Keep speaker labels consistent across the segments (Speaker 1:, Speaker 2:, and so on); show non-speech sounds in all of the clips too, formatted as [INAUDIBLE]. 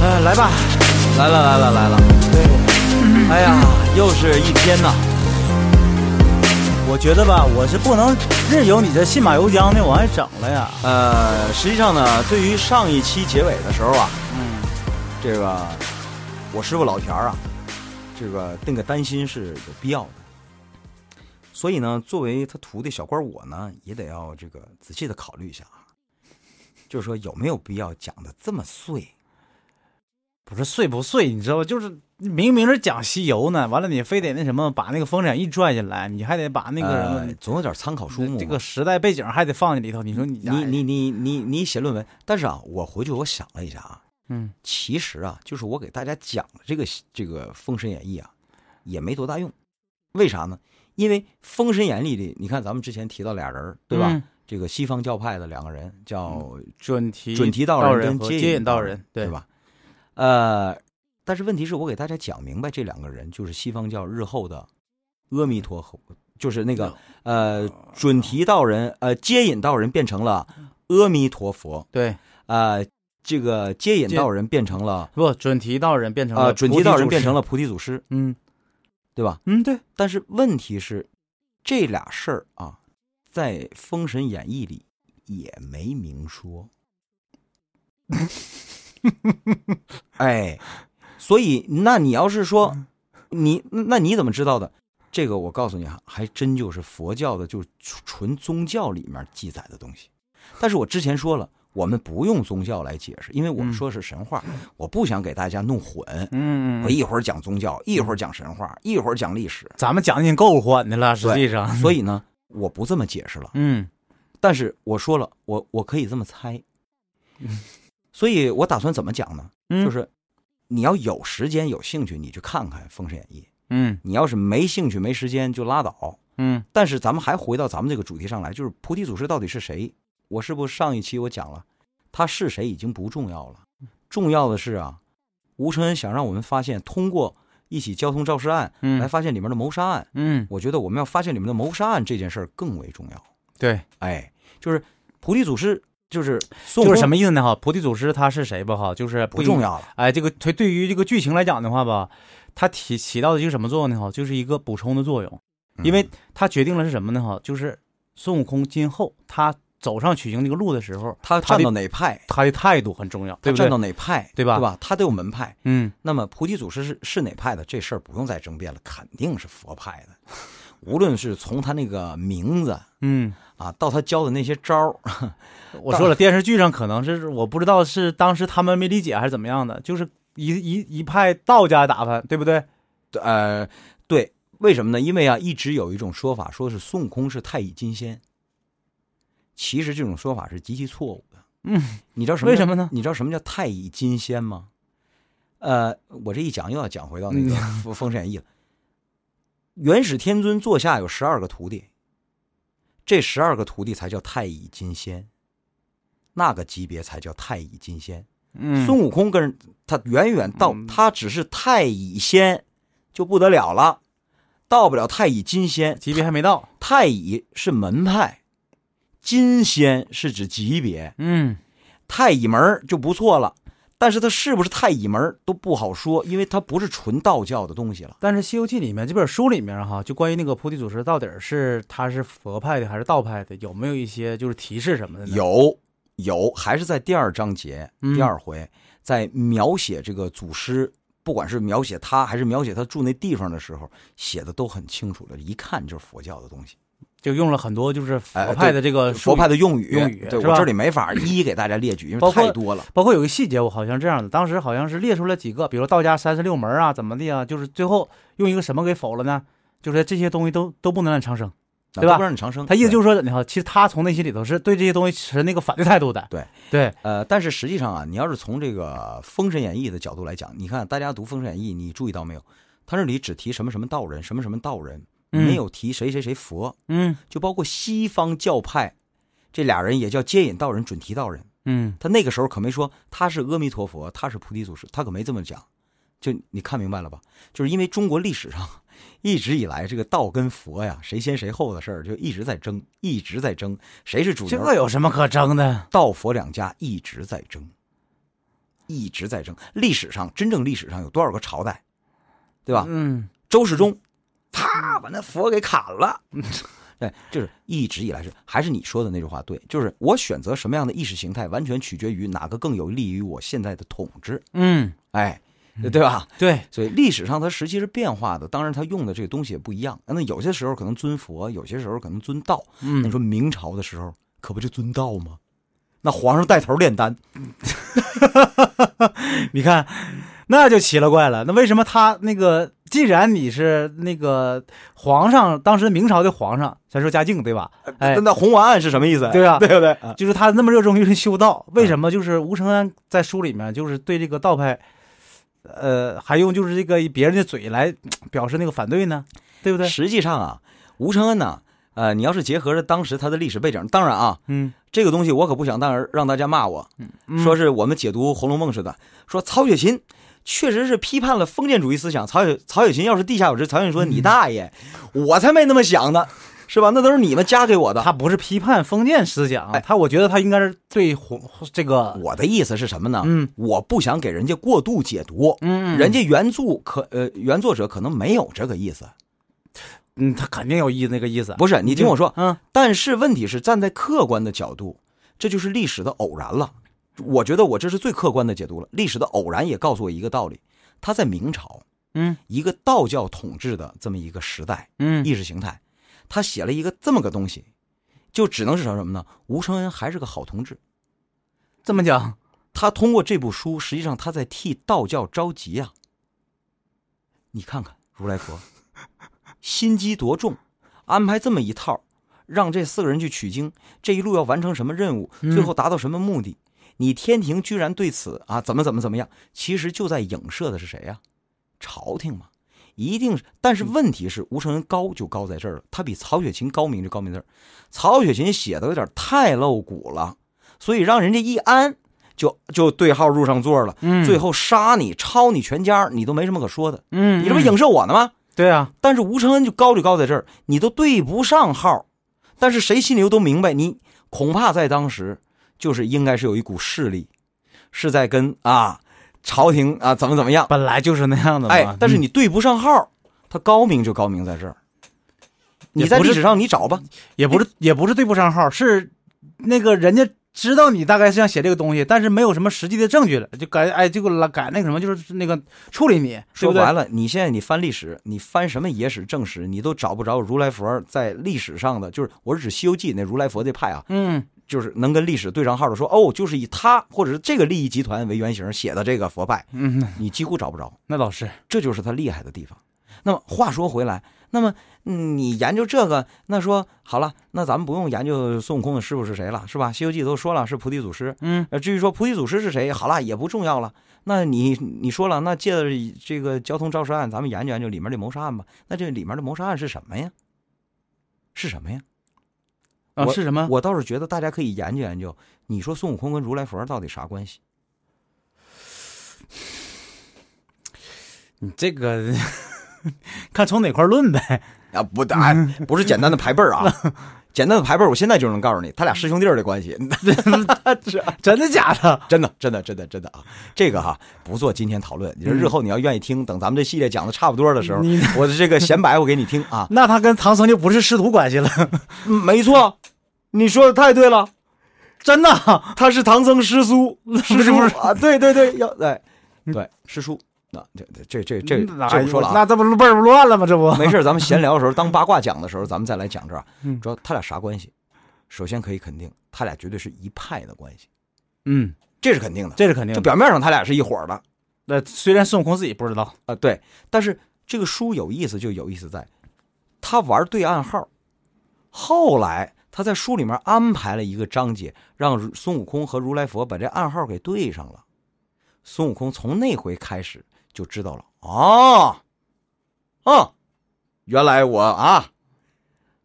Speaker 1: 呃
Speaker 2: 来吧，来了来了来了。哎呀，又是一天呐。
Speaker 1: 我觉得吧，我是不能任由你这信马由缰的往外整了呀。
Speaker 2: 呃，实际上呢，对于上一期结尾的时候啊，
Speaker 1: 嗯，
Speaker 2: 这个我师傅老田儿啊，这个那个担心是有必要的。所以呢，作为他徒弟小官我呢，也得要这个仔细的考虑一下啊，就是说有没有必要讲的这么碎？
Speaker 1: 不是碎不碎，你知道吧？就是明明是讲西游呢，完了你非得那什么，把那个风筝一拽进来，你还得把那个什么
Speaker 2: 呃、总有点参考书目嘛。
Speaker 1: 这个时代背景还得放进里头。你说你哎
Speaker 2: 你你你你你写论文，但是啊，我回去我想了一下啊，
Speaker 1: 嗯，
Speaker 2: 其实啊，就是我给大家讲的这个这个《封神演义》啊，也没多大用。为啥呢？因为《封神演义》里，你看咱们之前提到俩人儿，对吧？
Speaker 1: 嗯
Speaker 2: 这个西方教派的两个人叫
Speaker 1: 准提
Speaker 2: 准提嗯道
Speaker 1: 道
Speaker 2: 人跟
Speaker 1: 和
Speaker 2: 接
Speaker 1: 接
Speaker 2: 引
Speaker 1: 引
Speaker 2: 道
Speaker 1: 道
Speaker 2: 人
Speaker 1: 人，
Speaker 2: 对？吧？呃，但是问题是我给大家讲明白，这两个人就是西方教日后的阿弥陀佛，就是那个呃准提道人，呃接引道人变成了阿弥陀佛，
Speaker 1: 对，
Speaker 2: 呃这个接引
Speaker 1: 接
Speaker 2: 道人变成了
Speaker 1: 不，准啊提道人变成
Speaker 2: 呃
Speaker 1: 了
Speaker 2: 准
Speaker 1: 菩
Speaker 2: 提道
Speaker 1: 祖
Speaker 2: 人变
Speaker 1: 师
Speaker 2: 成了菩提祖师，
Speaker 1: 嗯
Speaker 2: 对吧？
Speaker 1: 嗯对，
Speaker 2: 但是问题是，这俩事儿啊，在《封神演义》里也没明说。哎，所以那你要是说
Speaker 1: 嗯
Speaker 2: 你，那你怎么知道的？这个我告诉你啊，还真就是佛教的，就是纯宗教里面记载的东西。但是我之前说了，我们不用宗教来解释，因为我们
Speaker 1: 嗯
Speaker 2: 说是神话，我不想给大家弄混。
Speaker 1: 嗯
Speaker 2: 我一会儿讲宗教，一会儿讲神话，一会儿讲历史。
Speaker 1: 咱们讲的已经够缓的了，实际上，
Speaker 2: [LAUGHS] 所以呢，我不这么解释了。
Speaker 1: 嗯
Speaker 2: 但是我说了，我我可以这么猜
Speaker 1: 嗯。
Speaker 2: 所以我打算怎么讲呢？
Speaker 1: 嗯，
Speaker 2: 就是你要有时间、有兴趣，你去看看《封神演义》；
Speaker 1: 嗯
Speaker 2: 你要是没兴趣、没时间，就拉倒。
Speaker 1: 嗯
Speaker 2: 但是咱们还回到咱们这个主题上来，就是菩提祖师到底是谁？我是不是上一期我讲了，他是谁已经不重要了，
Speaker 1: 嗯
Speaker 2: 重要的是啊，吴承恩想让我们发现，通过一起交通肇事案
Speaker 1: 嗯
Speaker 2: 来发现里面的谋杀案。
Speaker 1: 嗯，
Speaker 2: 我觉得我们要发现里面的谋杀案这件事儿更为重要。
Speaker 1: 对，
Speaker 2: 哎，就是菩提祖师，就是孙悟
Speaker 1: 就
Speaker 2: 空
Speaker 1: 是什么意思呢？哈，菩提祖师他是谁吧？哈，就是
Speaker 2: 不
Speaker 1: 一
Speaker 2: 重。要了，
Speaker 1: 哎，这个对对于这个剧情来讲的话吧，它起起到的一个什么作用呢？哈，就是一个补充的作用，
Speaker 2: 嗯
Speaker 1: 因为它决定了是什么呢？哈，就是孙悟空今后他走上取经这个路的时候，
Speaker 2: 他
Speaker 1: 他
Speaker 2: 站
Speaker 1: 的
Speaker 2: 到哪派，
Speaker 1: 他的态度很重要，
Speaker 2: 他
Speaker 1: 对不
Speaker 2: 站
Speaker 1: 对
Speaker 2: 到？哪派，
Speaker 1: 对吧
Speaker 2: 对吧？他都有门派。
Speaker 1: 嗯，
Speaker 2: 那么菩提祖师是是哪派的？这事儿不用再争辩了，肯定是佛派的。无论是从他那个名字
Speaker 1: 嗯，
Speaker 2: 啊，到他教的那些招儿，
Speaker 1: 我说了，电视剧上可能是我不知道是当时他们没理解还是怎么样的，就是一一一派道家打扮，对不对？
Speaker 2: 呃，对，为什么呢？因为啊，一直有一种说法，说是孙悟空是太乙金仙。其实这种说法是极其错误的。
Speaker 1: 嗯，
Speaker 2: 你知道什么
Speaker 1: 为
Speaker 2: 叫
Speaker 1: 什么呢？
Speaker 2: 你知道什么叫太乙金仙吗？呃，我这一讲又要讲回到那个
Speaker 1: 嗯
Speaker 2: 封《 [LAUGHS] 封神演义》了。元始天尊座下有十二个徒弟，这十二个徒弟才叫太乙金仙，那个级别才叫太乙金仙。
Speaker 1: 嗯
Speaker 2: 孙悟空跟他远远到，
Speaker 1: 嗯
Speaker 2: 他只是太乙仙就不得了了，到不了太乙金仙。
Speaker 1: 级别还没到，
Speaker 2: 太乙是门派，金仙是指级别。
Speaker 1: 嗯，
Speaker 2: 太乙门儿就不错了，但是它是不是太乙门儿都不好说，因为它不是纯道教的东西了。
Speaker 1: 但是《西游记》里面这本书里面哈、就关于那个菩提祖师到底是他是佛派的还是道派的，有没有一些就是提示什么的呢？，
Speaker 2: 有有，还是在第二章节
Speaker 1: 嗯
Speaker 2: 第二回，在描写这个祖师，不管是描写他还是描写他住那地方的时候，写的都很清楚了，一看就是佛教的东西，
Speaker 1: 就用了很多就是
Speaker 2: 哎
Speaker 1: 佛派的这个呃术
Speaker 2: 佛
Speaker 1: 语
Speaker 2: 派，的用语。
Speaker 1: 用语
Speaker 2: 对
Speaker 1: 是吧
Speaker 2: 我这里没法一一给大家列举，因为
Speaker 1: 包括
Speaker 2: 太多了。
Speaker 1: 包括有个细节，我好像这样的，当时好像是列出了几个，比如道家三十六门啊，怎么的啊，就是最后用一个什么给否了呢？就是这些东西都都不能让你长生。
Speaker 2: 那
Speaker 1: 对吧
Speaker 2: 都不让你长生，
Speaker 1: 他意思
Speaker 2: 对
Speaker 1: 就是说，你看，其实他从内心里头是对这些东西持那个反对态度的。
Speaker 2: 对
Speaker 1: 对，
Speaker 2: 呃，但是实际上啊，你要是从这个《封神演义》的角度来讲，你看大家读《封神演义》，你注意到没有？它这里只提什么什么道人，什么什么道人，
Speaker 1: 嗯
Speaker 2: 没有提谁谁谁佛，
Speaker 1: 嗯
Speaker 2: 就包括西方教派，这俩人也叫接引道人、准提道人。
Speaker 1: 嗯
Speaker 2: 他那个时候可没说他是阿弥陀佛，他是菩提祖师，他可没这么讲。就你看明白了吧？就是因为中国历史上一直以来这个道跟佛呀，谁先谁后的事儿，就一直在争，一直在争，谁是主
Speaker 1: 这
Speaker 2: 流？
Speaker 1: 个有什么可争的？
Speaker 2: 道佛两家一直在争。一直在争。历史上真正历史上有多少个朝代，对吧？
Speaker 1: 嗯，嗯
Speaker 2: 周世宗，啪把那佛给砍了。 [LAUGHS] 对，就是一直以来是还是你说的那句话对，就是我选择什么样的意识形态，完全取决于哪个更有利于我现在的统治。
Speaker 1: 嗯，
Speaker 2: 哎，对吧？
Speaker 1: 对，
Speaker 2: 所以历史上它时期是变化的，当然它用的这个东西也不一样。那有些时候可能尊佛，有些时候可能尊道。那你
Speaker 1: 嗯，
Speaker 2: 说明朝的时候可不就尊道吗？那皇上带头炼丹，
Speaker 1: [LAUGHS] 你看，那就奇了怪了。那为什么他那个，既然你是那个皇上，当时明朝的皇上，咱说嘉靖对吧？哎
Speaker 2: 那，那红丸案是什么意思？
Speaker 1: 对啊
Speaker 2: 对不对？啊
Speaker 1: 就是他那么热衷于修道，为什么？就是吴承恩在书里面就是对这个道派，呃，还用就是这个别人的嘴来呃表示那个反对呢，对不对？
Speaker 2: 实际上啊，吴承恩呢，呃，你要是结合着当时他的历史背景，当然啊，
Speaker 1: 嗯，
Speaker 2: 这个东西我可不想当然让大家骂我，说是我们解读《红楼梦》似的，说曹雪芹。确实是批判了封建主义思想。曹雪曹雪芹要是地下有知，曹雪芹说：“你大爷，我才没那么想呢，是吧？那都是你们加给我的。”
Speaker 1: 嗯他不是批判封建思想，
Speaker 2: 哎
Speaker 1: 他我觉得他应该是对红这个，
Speaker 2: 我的意思是什么呢？
Speaker 1: 嗯
Speaker 2: 我不想给人家过度解读，
Speaker 1: 嗯
Speaker 2: 人家原著可呃原作者可能没有这个意思，
Speaker 1: 嗯，他肯定有意那个意思。
Speaker 2: 不是？你听我说，
Speaker 1: 嗯，
Speaker 2: 但是问题是站在客观的角度，这就是历史的偶然了。我觉得我这是最客观的解读了。历史的偶然也告诉我一个道理：它在明朝，
Speaker 1: 嗯
Speaker 2: 一个道教统治的这么一个时代
Speaker 1: 嗯
Speaker 2: 意识形态，他写了一个这么个东西，就只能是什么呢？吴承恩还是个好同志，
Speaker 1: 这么讲，
Speaker 2: 他通过这部书，实际上他在替道教着急啊。你看看如来佛，心机多重，安排这么一套，让这四个人去取经，这一路要完成什么任务，
Speaker 1: 嗯
Speaker 2: 最后达到什么目的？你天庭居然对此啊怎么怎么怎么样？其实就在影射的是谁呀、朝廷嘛，一定是。但是问题是，吴承恩高就高在这儿了，他比曹雪芹高明就高明在这儿。曹雪芹写的有点太露骨了，所以让人家一安就就对号入上座了。
Speaker 1: 嗯
Speaker 2: 最后杀你、抄你全家，你都没什么可说的。
Speaker 1: 嗯，
Speaker 2: 你这不影射我呢吗？
Speaker 1: 对啊，
Speaker 2: 但是吴承恩就高就高在这儿，你都对不上号。但是谁心里又都明白，你恐怕在当时就是应该是有一股势力，是在跟啊朝廷啊怎么怎么样，
Speaker 1: 本来就是那样的嘛。
Speaker 2: 哎，但是
Speaker 1: 嗯
Speaker 2: 你对不上号，他高明就高明在这儿。
Speaker 1: 也
Speaker 2: 你在
Speaker 1: 不
Speaker 2: 历
Speaker 1: 是
Speaker 2: 史上你找吧，
Speaker 1: 也不是也不是对不上号，是那个人家知道你大概是想写这个东西，但是没有什么实际的证据了，就改哎就来改那个什么，就是那个处理你，对
Speaker 2: 说
Speaker 1: 不对
Speaker 2: 白了，你现在你翻历史，你翻什么野史、正史，你都找不着如来佛在历史上的，就是我是指《西游记》那如来佛这派啊，
Speaker 1: 嗯
Speaker 2: 就是能跟历史对上号的说，哦，就是以他或者是这个利益集团为原型写的这个佛派，
Speaker 1: 嗯， [LAUGHS]
Speaker 2: 你几乎找不着，
Speaker 1: 那倒是，
Speaker 2: 这就是他厉害的地方。那么话说回来，那么嗯你研究这个，那说好了，那咱们不用研究孙悟空的师傅是谁了，是吧？《西游记》都说了是菩提祖师，
Speaker 1: 嗯
Speaker 2: 呃，至于说菩提祖师是谁，好了，也不重要了。那你你说了，那借着这个交通肇事案，咱们研究研究里面这谋杀案吧。那这里面的谋杀案是什么呀？是什么呀？
Speaker 1: 啊
Speaker 2: 我
Speaker 1: 是什么？
Speaker 2: 我倒是觉得大家可以研究研究，你说孙悟空跟如来佛到底啥关系？
Speaker 1: 你这个 [LAUGHS] 看从哪块论
Speaker 2: [LAUGHS]
Speaker 1: 呗，
Speaker 2: 啊，不，
Speaker 1: [LAUGHS]
Speaker 2: 哎，不是简单的排辈儿啊，简单的排辈儿，我现在就能告诉你，他俩师兄弟儿的关系，啊
Speaker 1: [LAUGHS] 真的假的？
Speaker 2: 真的，真的，真的，真的啊，这个哈、不做今天讨论，你说日后你要愿意听，等咱们这系列讲的差不多的时候，
Speaker 1: 你
Speaker 2: [LAUGHS] 我的这个闲白我给你听啊。
Speaker 1: 那他跟唐僧就不是师徒关系了，
Speaker 2: [LAUGHS] 嗯没错，你说的太对了，
Speaker 1: 真的。
Speaker 2: 他是唐僧师 [LAUGHS] 叔，师叔啊，对对对，要哎，
Speaker 1: 嗯
Speaker 2: 对师叔，那这这这
Speaker 1: [LAUGHS]
Speaker 2: 这
Speaker 1: 那
Speaker 2: 这不说了啊。
Speaker 1: 那这不辈儿不乱了吗？这不，
Speaker 2: 没事，咱们闲聊的时候，当八卦讲的时候，咱们再来讲这儿啊
Speaker 1: 嗯。
Speaker 2: 主要他俩啥关系？首先可以肯定，他俩绝对是一派的关系，
Speaker 1: 嗯，
Speaker 2: 这是肯定的。
Speaker 1: 这是肯定
Speaker 2: 就
Speaker 1: 的。
Speaker 2: 表面上他俩是一伙儿的啊、
Speaker 1: 那虽然孙悟空自己不知道，
Speaker 2: 呃对。但是这个书有意思，就有意思在，他玩对暗号。后来他在书里面安排了一个章节，让孙悟空和如来佛把这暗号给对上了。孙悟空从那回开始就知道了，哦，哦，原来我啊，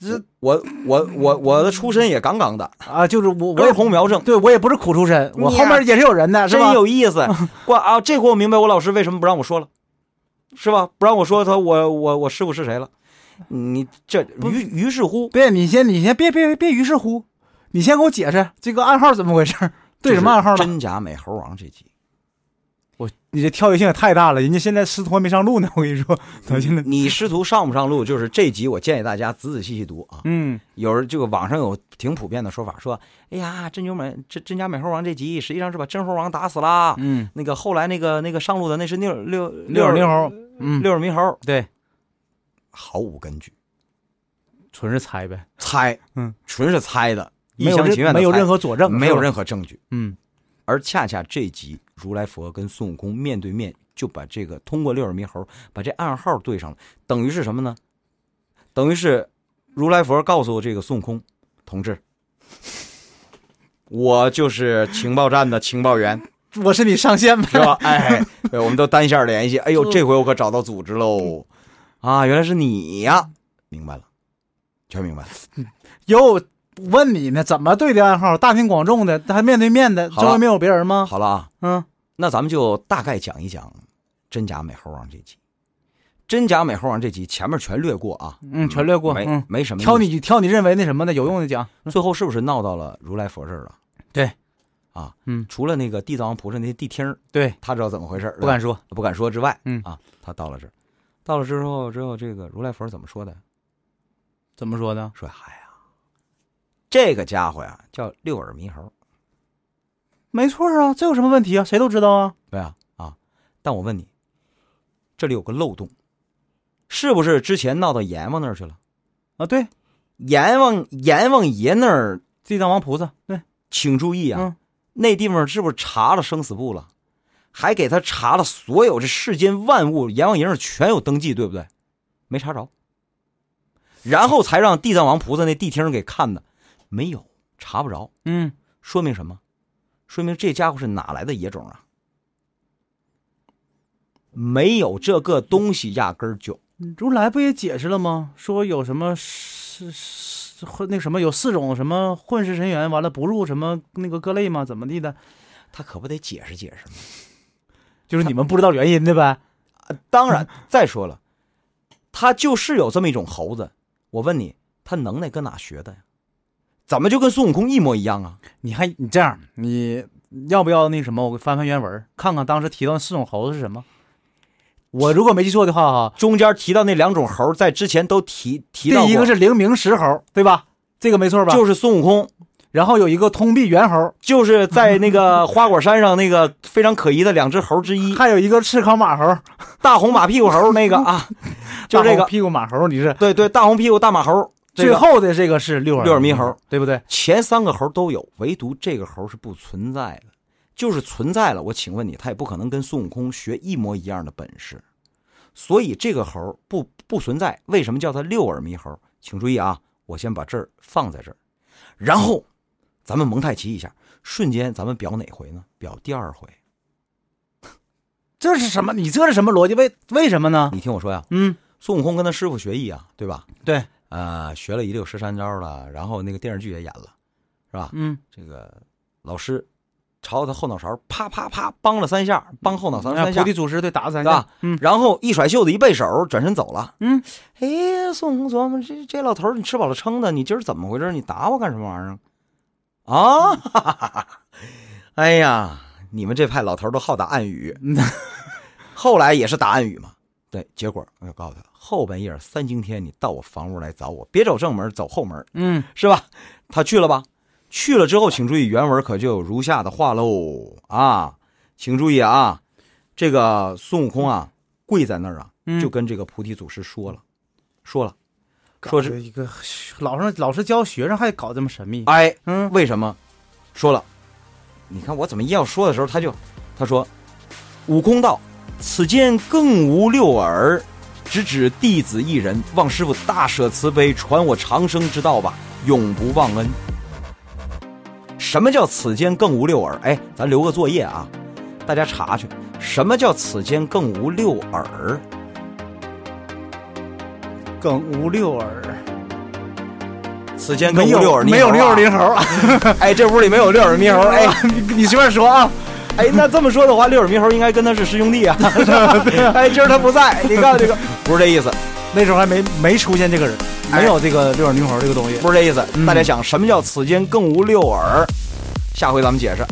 Speaker 2: 这我我我我的出身也杠杠的，
Speaker 1: 啊，就是我我
Speaker 2: 根
Speaker 1: 也
Speaker 2: 红苗正，
Speaker 1: 对我也不是苦出身，我
Speaker 2: 你
Speaker 1: 后
Speaker 2: 呀
Speaker 1: 面也是有人的，是吧
Speaker 2: 真？有意
Speaker 1: [LAUGHS]
Speaker 2: 思。哇啊，这回我明白我老师为什么不让我说了，是吧？不让我说他我我我师傅是谁了。你这于于是乎，
Speaker 1: 别，你先你先别别别别于是乎，你先给我解释这个暗号怎么回事儿，对什么暗号
Speaker 2: 这是
Speaker 1: 了？
Speaker 2: 真假美猴王这集，
Speaker 1: 我你这跳跃性也太大了，人家现在师徒还没上路呢，我跟你说，他现在，
Speaker 2: 你师徒上不上路，就是这集我建议大家仔仔细细读啊。
Speaker 1: 嗯
Speaker 2: 有人这个网上有挺普遍的说法，说，哎呀，真九美真真假美猴王这集实际上是把真猴王打死啦。
Speaker 1: 嗯，
Speaker 2: 那个后来那个那个上路的那是六六
Speaker 1: 六
Speaker 2: 耳
Speaker 1: 耳猕猴，嗯，
Speaker 2: 六耳猕猴，
Speaker 1: 对，
Speaker 2: 毫无根据，
Speaker 1: 纯是猜呗，
Speaker 2: 猜，
Speaker 1: 嗯，
Speaker 2: 纯是猜的，一
Speaker 1: 没有
Speaker 2: 厢
Speaker 1: 任
Speaker 2: 情愿的
Speaker 1: 没有
Speaker 2: 猜
Speaker 1: 任何佐证，
Speaker 2: 没有
Speaker 1: 何，
Speaker 2: 任何证据。
Speaker 1: 嗯
Speaker 2: 而恰恰这集如来佛跟孙悟空面对面，就把这个通过六耳猕猴把这暗号对上了，等于是什么呢？等于是如来佛告诉这个孙悟空同志，我就是情报站的情报员，
Speaker 1: 我是你上线呗，
Speaker 2: 是吧？哎，对我们都单线联系。哎呦，这回我可找到组织喽！啊，原来是你呀！明白了，全明白了。
Speaker 1: 有问你呢，怎么对的暗号？大庭广众的，还面对面的，
Speaker 2: 好了
Speaker 1: 周围没有别人吗？
Speaker 2: 好了啊，
Speaker 1: 嗯
Speaker 2: 那咱们就大概讲一讲真假美猴王这集。真假美猴王这集前面全略过啊，
Speaker 1: 嗯，全略过，
Speaker 2: 没、
Speaker 1: 嗯，
Speaker 2: 没什么意思。
Speaker 1: 挑你挑你认为那什么的有用的讲，
Speaker 2: 最后是不是闹到了如来佛这儿了？
Speaker 1: 对，
Speaker 2: 啊，
Speaker 1: 嗯
Speaker 2: 除了那个地藏王菩萨那地听儿，
Speaker 1: 对，
Speaker 2: 他知道怎么回事儿，
Speaker 1: 不敢说，
Speaker 2: 不敢说之外，
Speaker 1: 嗯
Speaker 2: 啊，他到了这儿，到了之后之后，这个如来佛怎么说的？
Speaker 1: 怎么说呢？
Speaker 2: 说：“哎呀，这个家伙呀，叫六耳猕猴，
Speaker 1: 没错啊，这有什么问题啊？谁都知道啊。
Speaker 2: 对啊啊。但我问你，这里有个漏洞，是不是之前闹到阎王那儿去了？
Speaker 1: 啊，对，
Speaker 2: 阎王阎王爷那儿，
Speaker 1: 地藏王菩萨，对，
Speaker 2: 请注意啊，
Speaker 1: 嗯
Speaker 2: 那地方是不是查了生死簿了？还给他查了所有这世间万物，阎王爷那儿全有登记，对不对？没查着，然后才让地藏王菩萨那地厅给看的，没有查不着。”
Speaker 1: 嗯，
Speaker 2: 说明什么？说明这家伙是哪来的野种啊？没有这个东西，压根儿就
Speaker 1: 如来不也解释了吗？说有什么是是混那什么有四种什么混世神元，完了不入什么那个各类吗？怎么地的？
Speaker 2: 他可不得解释解释吗？
Speaker 1: 就是你们不知道原因的呗。
Speaker 2: 当然，再说了，他就是有这么一种猴子。我问你，他能耐搁哪学的呀？怎么就跟孙悟空一模一样啊？
Speaker 1: 你还你这样，你要不要那什么？我翻翻原文，看看当时提到那四种猴子是什么。我如果没记错的话哈，
Speaker 2: 中间提到那两种猴，在之前都提提
Speaker 1: 第
Speaker 2: 到过，
Speaker 1: 一个是灵明石猴，对吧？这个没错吧？
Speaker 2: 就是孙悟空，
Speaker 1: 然后有一个通臂猿猴，
Speaker 2: 就是在那个花果山上那个非常可疑的两只猴之
Speaker 1: [LAUGHS]
Speaker 2: 一，
Speaker 1: 还有一个赤尻马猴，
Speaker 2: 大红马屁股猴那个啊，就这
Speaker 1: 大
Speaker 2: 个
Speaker 1: 红屁股马猴，你是
Speaker 2: 对对，大红屁股大马猴，这
Speaker 1: 最
Speaker 2: 个
Speaker 1: 后的这个是六耳
Speaker 2: 六耳猕猴，
Speaker 1: 对不对？
Speaker 2: 前三个猴都有，唯独这个猴是不存在的。就是存在了，我请问你，他也不可能跟孙悟空学一模一样的本事，所以这个猴不不存在。为什么叫它六耳猕猴？请注意啊，我先把这儿放在这儿，然后咱们蒙太奇一下，瞬间咱们表哪回呢？表第二回。
Speaker 1: 这是什么？你这是什么逻辑？为为什么呢？
Speaker 2: 你听我说呀，
Speaker 1: 嗯，
Speaker 2: 孙悟空跟他师傅学艺啊，对吧？
Speaker 1: 对，
Speaker 2: 呃，学了一溜十三招了，然后那个电视剧也演了，是吧？
Speaker 1: 嗯，
Speaker 2: 这个老师朝他后脑勺啪啪啪帮了三下，帮后脑勺
Speaker 1: 哎
Speaker 2: 三
Speaker 1: 菩
Speaker 2: 下
Speaker 1: 提，祖师对打了三
Speaker 2: 对吧
Speaker 1: 下，嗯
Speaker 2: 然后一甩袖子一背手，转身走了。
Speaker 1: 嗯，
Speaker 2: 哎，孙悟空琢磨这这老头儿你吃饱了撑的，你今儿怎么回事？你打我干什么玩意儿啊？啊， [LAUGHS] 哈哈哈哈哎呀，你们这派老头儿都好打暗
Speaker 1: [LAUGHS]
Speaker 2: 语，后来也是打暗语嘛。对，结果我就告诉他，后半夜三更天你到我房屋来找我，别走正门，走后门。
Speaker 1: 嗯，
Speaker 2: 是吧？他去了吧？去了之后，请注意原文可就有如下的话喽啊，请注意啊，这个孙悟空啊跪在那儿啊，
Speaker 1: 嗯
Speaker 2: 就跟这个菩提祖师说了，说了，说
Speaker 1: 搞
Speaker 2: 是
Speaker 1: 这一个老师老师教学生还搞这么神秘，
Speaker 2: 哎，
Speaker 1: 嗯
Speaker 2: 为什么？说了，你看我怎么一要说的时候，他就他说，悟空道，此间更无六耳，直指弟子一人，望师傅大舍慈悲，传我长生之道吧，永不忘恩。什么叫此间更无六耳？哎，咱留个作业啊，大家查去，什么叫此间更无六耳？
Speaker 1: 梗无六耳，
Speaker 2: 此间更
Speaker 1: 没
Speaker 2: 无
Speaker 1: 有
Speaker 2: 六耳猕猴啊，
Speaker 1: 没有六耳猕猴啊，
Speaker 2: 哎，这屋里没有六耳猕
Speaker 1: [LAUGHS]
Speaker 2: 猴， [LAUGHS] 哎。
Speaker 1: 你你随便说啊，
Speaker 2: [LAUGHS] 哎，那这么说的话，六耳猕猴应该跟他是师兄 [LAUGHS] 弟啊。哎，今儿他不在，你看这个 [LAUGHS] 不是这意思，
Speaker 1: 那时候还没没出现这个人，
Speaker 2: 哎
Speaker 1: 没有这个六耳猕猴这个东西，
Speaker 2: 不是这意思。
Speaker 1: 嗯
Speaker 2: 大家想，什么叫此间更无六耳？下回咱们解释。